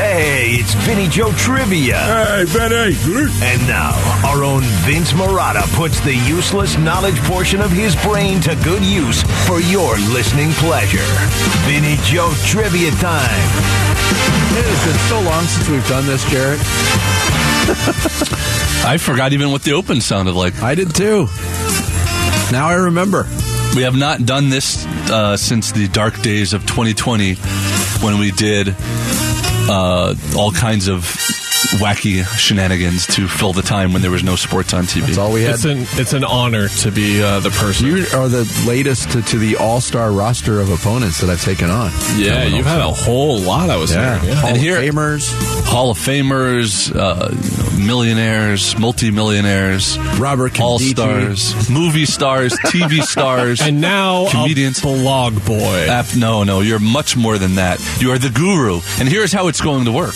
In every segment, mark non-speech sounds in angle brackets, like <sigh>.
It's Vinny Joe Trivia. Hey, Vinny. And now, our own Vince Murata puts the useless knowledge portion of his brain to good use for your listening pleasure. Vinny Joe Trivia time. It has been so long since we've done this, Jarrett. <laughs> I forgot even what the open sounded like. I did too. Now I remember. We have not done this uh, since the dark days of 2020 when we did uh, all kinds of wacky shenanigans to fill the time when there was no sports on TV. That's all we had. It's an it's an honor to be uh, the person. You are the latest to, to the all star roster of opponents that I've taken on. yeah, you've had a whole lot. I was there. Hall And of here- Famers, Hall of Famers, uh, you know, millionaires, multimillionaires, Robert Condici. all stars, movie stars, TV <laughs> stars. And now Comedians. a blog boy. Af- no, no, you're much more than that. You are the guru. And here's how it's going to work.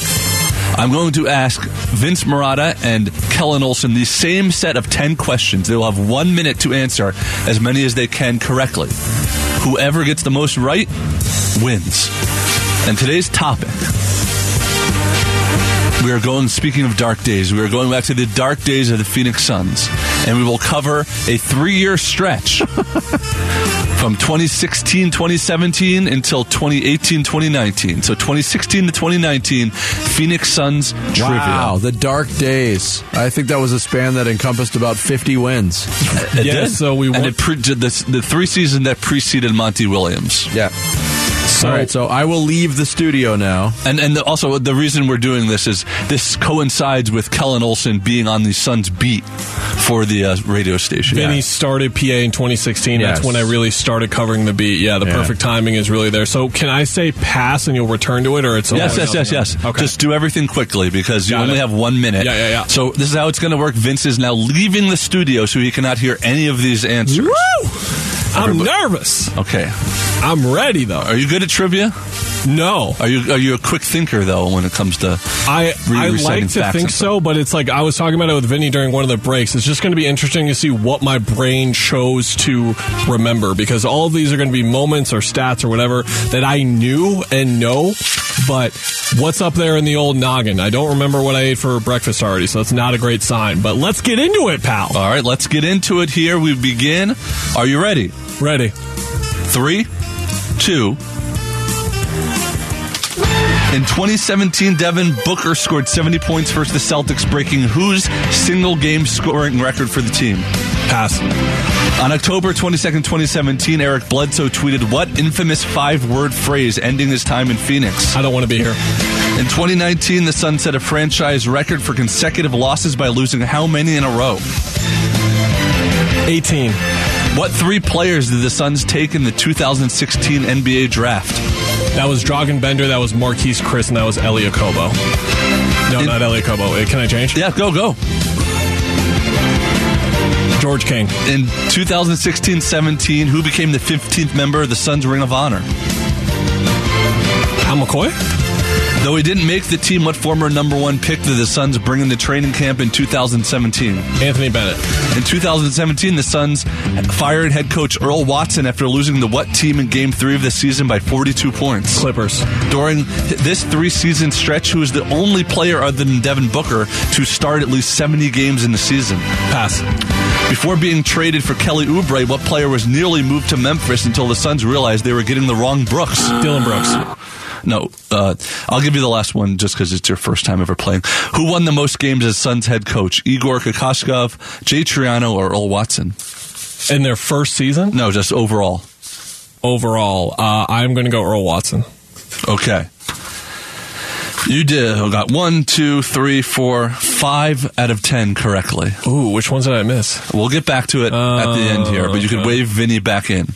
I'm going to ask Vince Murata and Kellen Olson the same set of 10 questions. They will have one minute to answer as many as they can correctly. Whoever gets the most right wins. And today's topic. We are going, speaking of dark days, we are going back to the dark days of the Phoenix Suns. And we will cover a three <laughs> year stretch from 2016 2017 until 2018 2019 so 2016 to 2019 phoenix suns trivia Wow, the dark days. I think that was a span that encompassed about 50 wins. It Yeah, did. so we and won- it pre- did this, the three season that preceded monty williams Yeah. so, All right, so I will leave the studio now. and and the, also the reason we're doing this is this coincides with kellen olson being on the suns beat for the uh, radio station Vinny started PA in 2016. Yes. That's when I really started covering the beat. Yeah, the Yeah. perfect timing is really there. So can I say pass and you'll return to it, or it's Yes, all- yes, yes, yes. Okay. Just do everything quickly because you Got only it. have one minute. Yeah, yeah, yeah. So this is how it's going to work. Vince is now leaving the studio, so he cannot hear any of these answers. Woo! I'm nervous. Okay. I'm ready though. Are you good at trivia? No, Are you are you a quick thinker though when it comes to? I Re- I reciting like to facts think and stuff. so, but it's like I was talking about it with Vinny during one of the breaks. It's just going to be interesting to see what my brain chose to remember because all of these are going to be moments or stats or whatever that I knew and know, but what's up there in the old noggin? I don't remember what I ate for breakfast already, so that's not a great sign. But let's get into it, pal. All right, let's get into it. Here we begin. Are you ready? Ready? Three, two. In 2017, Devin Booker scored 70 points versus the Celtics, breaking whose single game scoring record for the team? Pass. On October 22nd, 2017, Eric Bledsoe tweeted what infamous five word phrase ending his time in Phoenix? I don't want to be here. In 2019, the Sun set a franchise record for consecutive losses by losing how many in a row? 18. What three players did the Suns take in the 2016 NBA draft? That was Dragon Bender, that was Marquise Chris, and that was Elia Kobo. No, In- not Elia Kobo. Can I change? Yeah, go, go. George King. In 2016 17, who became the 15th member of the Suns Ring of Honor? Al McCoy? Though he didn't make the team, what former number one pick did the Suns bring in the training camp in 2017? Anthony Bennett. In 2017, the Suns fired head coach Earl Watson after losing the what team in Game 3 of the season by 42 points. Clippers. During this three-season stretch, who is the only player other than Devin Booker to start at least 70 games in the season? Pass. Before being traded for Kelly Oubre, what player was nearly moved to Memphis until the Suns realized they were getting the wrong Brooks? Uh, Dylan Brooks. No, uh, I'll give you the last one just because it's your first time ever playing. Who won the most games as Suns head coach? Igor Kokoskov, Jay Triano, or Earl Watson? In their first season? No, just overall. Overall, uh, I'm going to go Earl Watson. Okay. You did. I got one, two, three, four, five out of ten correctly. Ooh, which ones did I miss? We'll get back to it at the end here, but you could Oh, okay. wave Vinny back in.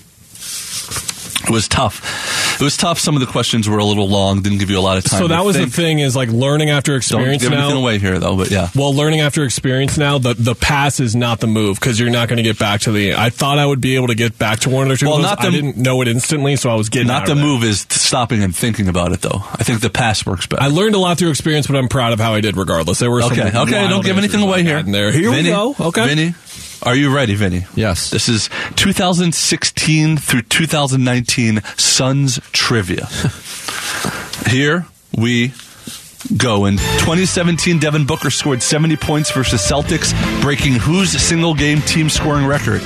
It was tough. It was tough. Some of the questions were a little long, didn't give you a lot of time. So to that was think. the thing is like learning after Don't experience give anything now. away here, though. But yeah, Well, learning after experience now, the, the pass is not the move because you're not going to get back to the. I thought I would be able to get back to one or two. Well, of those. not the- I didn't know it instantly, so I was getting not out the of that. move is stopping and thinking about it, though. I think the pass works better. I learned a lot through experience, but I'm proud of how I did regardless. There were some okay, wild okay. Don't give answers anything I away got here. in there. Here Vinny, we go. Okay. Vinny, are you ready, Vinny? Yes. This is 2016 through 2019 Suns trivia. Here we go. In 2017, Devin Booker scored 70 points versus Celtics, breaking whose single game team scoring record?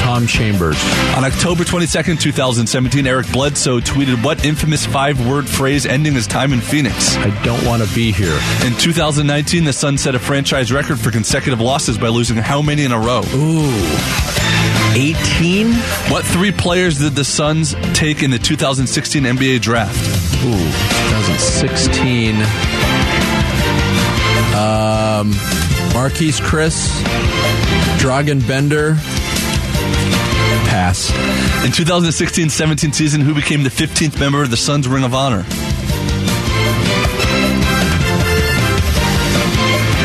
Tom Chambers. On October 22nd, 2017, Eric Bledsoe tweeted what infamous five word phrase ending his time in Phoenix? I don't want to be here. In 2019, the Sun set a franchise record for consecutive losses by losing how many in a row? Ooh. 18? What three players did the Suns take in the 2016 NBA draft? Ooh, 2016. Um, Marquise Chris, Dragon Bender. Pass. In 2016-17 season, who became the 15th member of the Suns Ring of Honor?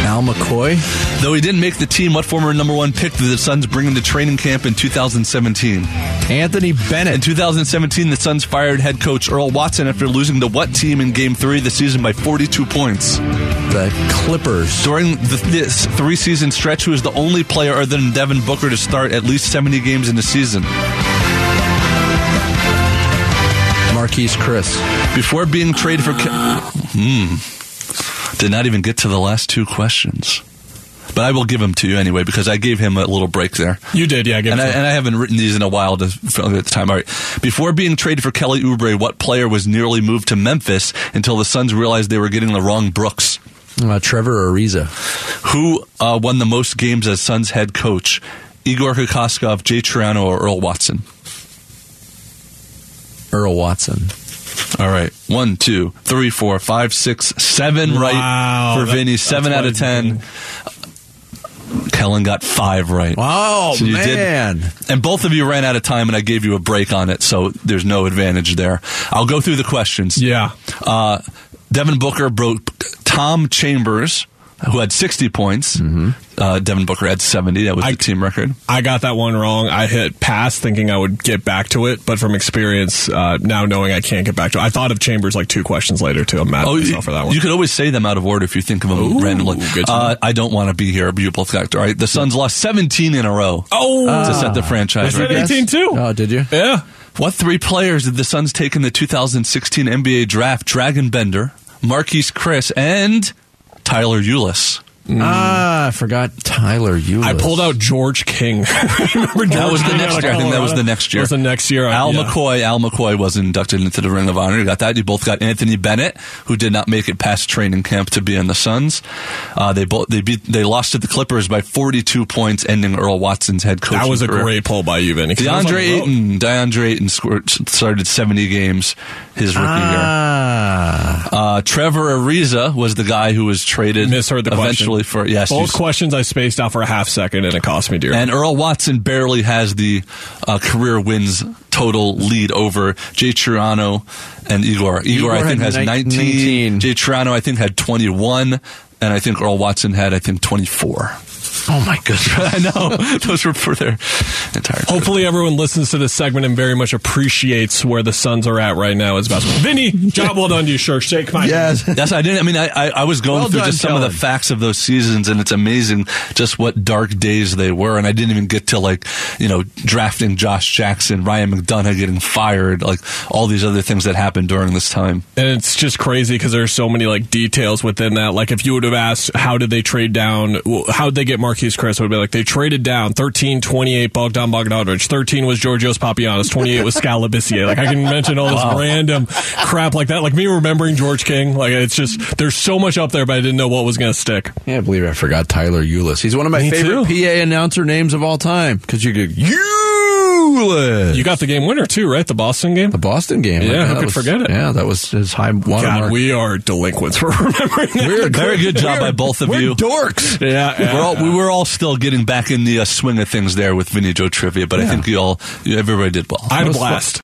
Al McCoy. Though he didn't make the team, what former number one pick did the Suns bring into training camp in 2017? Anthony In Bennett. 2017, the Suns fired head coach Earl Watson after losing to what team in Game 3 of the season by 42 points? The Clippers. During the, this three-season stretch, who was the only player other than Devin Booker to start at least 70 games in a season? Marquise Chris. Before being traded for... Ca- Hmm. Did not even get to the last two questions. But I will give them to you anyway because I gave him a little break there. You did, yeah. Give And it I, to him. and I haven't written these in a while to, from the time. All right. Before being traded for Kelly Oubre, what player was nearly moved to Memphis until the Suns realized they were getting the wrong Brooks? Uh, Trevor Ariza. Who uh, won the most games as Suns head coach? Igor Kokoskov, Jay Triano, or Earl Watson? Earl Watson. All right. One, two, three, four, five, six, seven right Wow, for that- Vinny. that's Seven out of why ten. Kellen got five right. Oh, Wow, So you did- man. And both of you ran out of time, and I gave you a break on it, so there's no advantage there. I'll go through the questions. yeah. Uh, Devin Booker broke Tom Chambers, who had 60 points. Uh, Devin Booker had 70. That was Mm-hmm. I- the team record. I got that one wrong. I hit pass thinking I would get back to it, but from experience, uh, now knowing I can't get back to it, I thought of Chambers like two questions later, too. I'm mad at myself Oh, you, for that one. you could always say them out of order if you think of them randomly. good to Uh, I don't want to be here. but You both got all right. The Suns lost 17 in a row oh! to set the franchise Was it record. 18 too? Oh, did you? yeah. What three players did the Suns take in the 2016 NBA draft? Dragon Bender, Marquise Chris, and Tyler Eulis. Ah, I forgot Tyler Eulis. Mm. I pulled out George <laughs> King. I remember George That was the King out next of year. I think that was Colorado. the next year. That was the next year. I- Al yeah. McCoy. Al McCoy was inducted into the Ring of Honor. You got that. You both got Anthony Bennett, who did not make it past training camp to be in the Suns. Uh, they both they beat they lost to the Clippers by 42 points, ending Earl Watson's head coach. That was a great pull by you, Vinny. 'cause I was DeAndre like, whoa. Ayton. DeAndre Ayton scored, started 70 games his rookie year. Ah. Uh, Trevor Ariza was the guy who was traded Misheard the eventually for yes. Both you- questions I spaced out for a half second, and it cost me dear. and Earl Watson barely has the uh, career wins total lead over Jay Chirano and Igor. Igor, I Igor think, had has nine- 19. 19. Jay Chirano, I think, had 21. And I think Earl Watson had, I think, 24. Oh, my goodness. <laughs> I know. <laughs> Those were for their entire career. Hopefully, everyone listens to this segment and very much appreciates where the Suns are at right now as basketball. Vinny, job well done to you, sure. Shake my Yes. That's I didn't. I mean, I I, I was going Well through done, just some of Kellen. the facts of those seasons, and it's amazing just what dark days they were. And I didn't even get to like you know drafting Josh Jackson, Ryan McDonough getting fired, like all these other things that happened during this time. And it's just crazy because there's so many like details within that. Like if you would have asked, how did they trade down? wh- How did they get Marquise Chris? It would be like they traded down 13, 28 Bogdan Bogdanovich, 13 was Georgios Papianis, 28 was Scalabissier. Like I can mention all this random crap like that. Like me remembering George King. Like it's just there's so much up there, but I didn't know what was gonna stick. Can't believe I forgot Tyler Eulis. He's one of my Me favorite too. PA announcer names of all time because you could Eulis. You got the game winner too, right? The Boston game. the Boston game. Yeah, who that could was- forget it? Yeah, that was his high God, watermark. we are delinquents for <laughs> remembering that. We're- <laughs> Very good job by both of we're you. dorks. yeah, yeah. We're all, we were all still getting back in the uh, swing of things there with Vinny Joe trivia, but I think you all, you, everybody did well. I had a was fun. blast.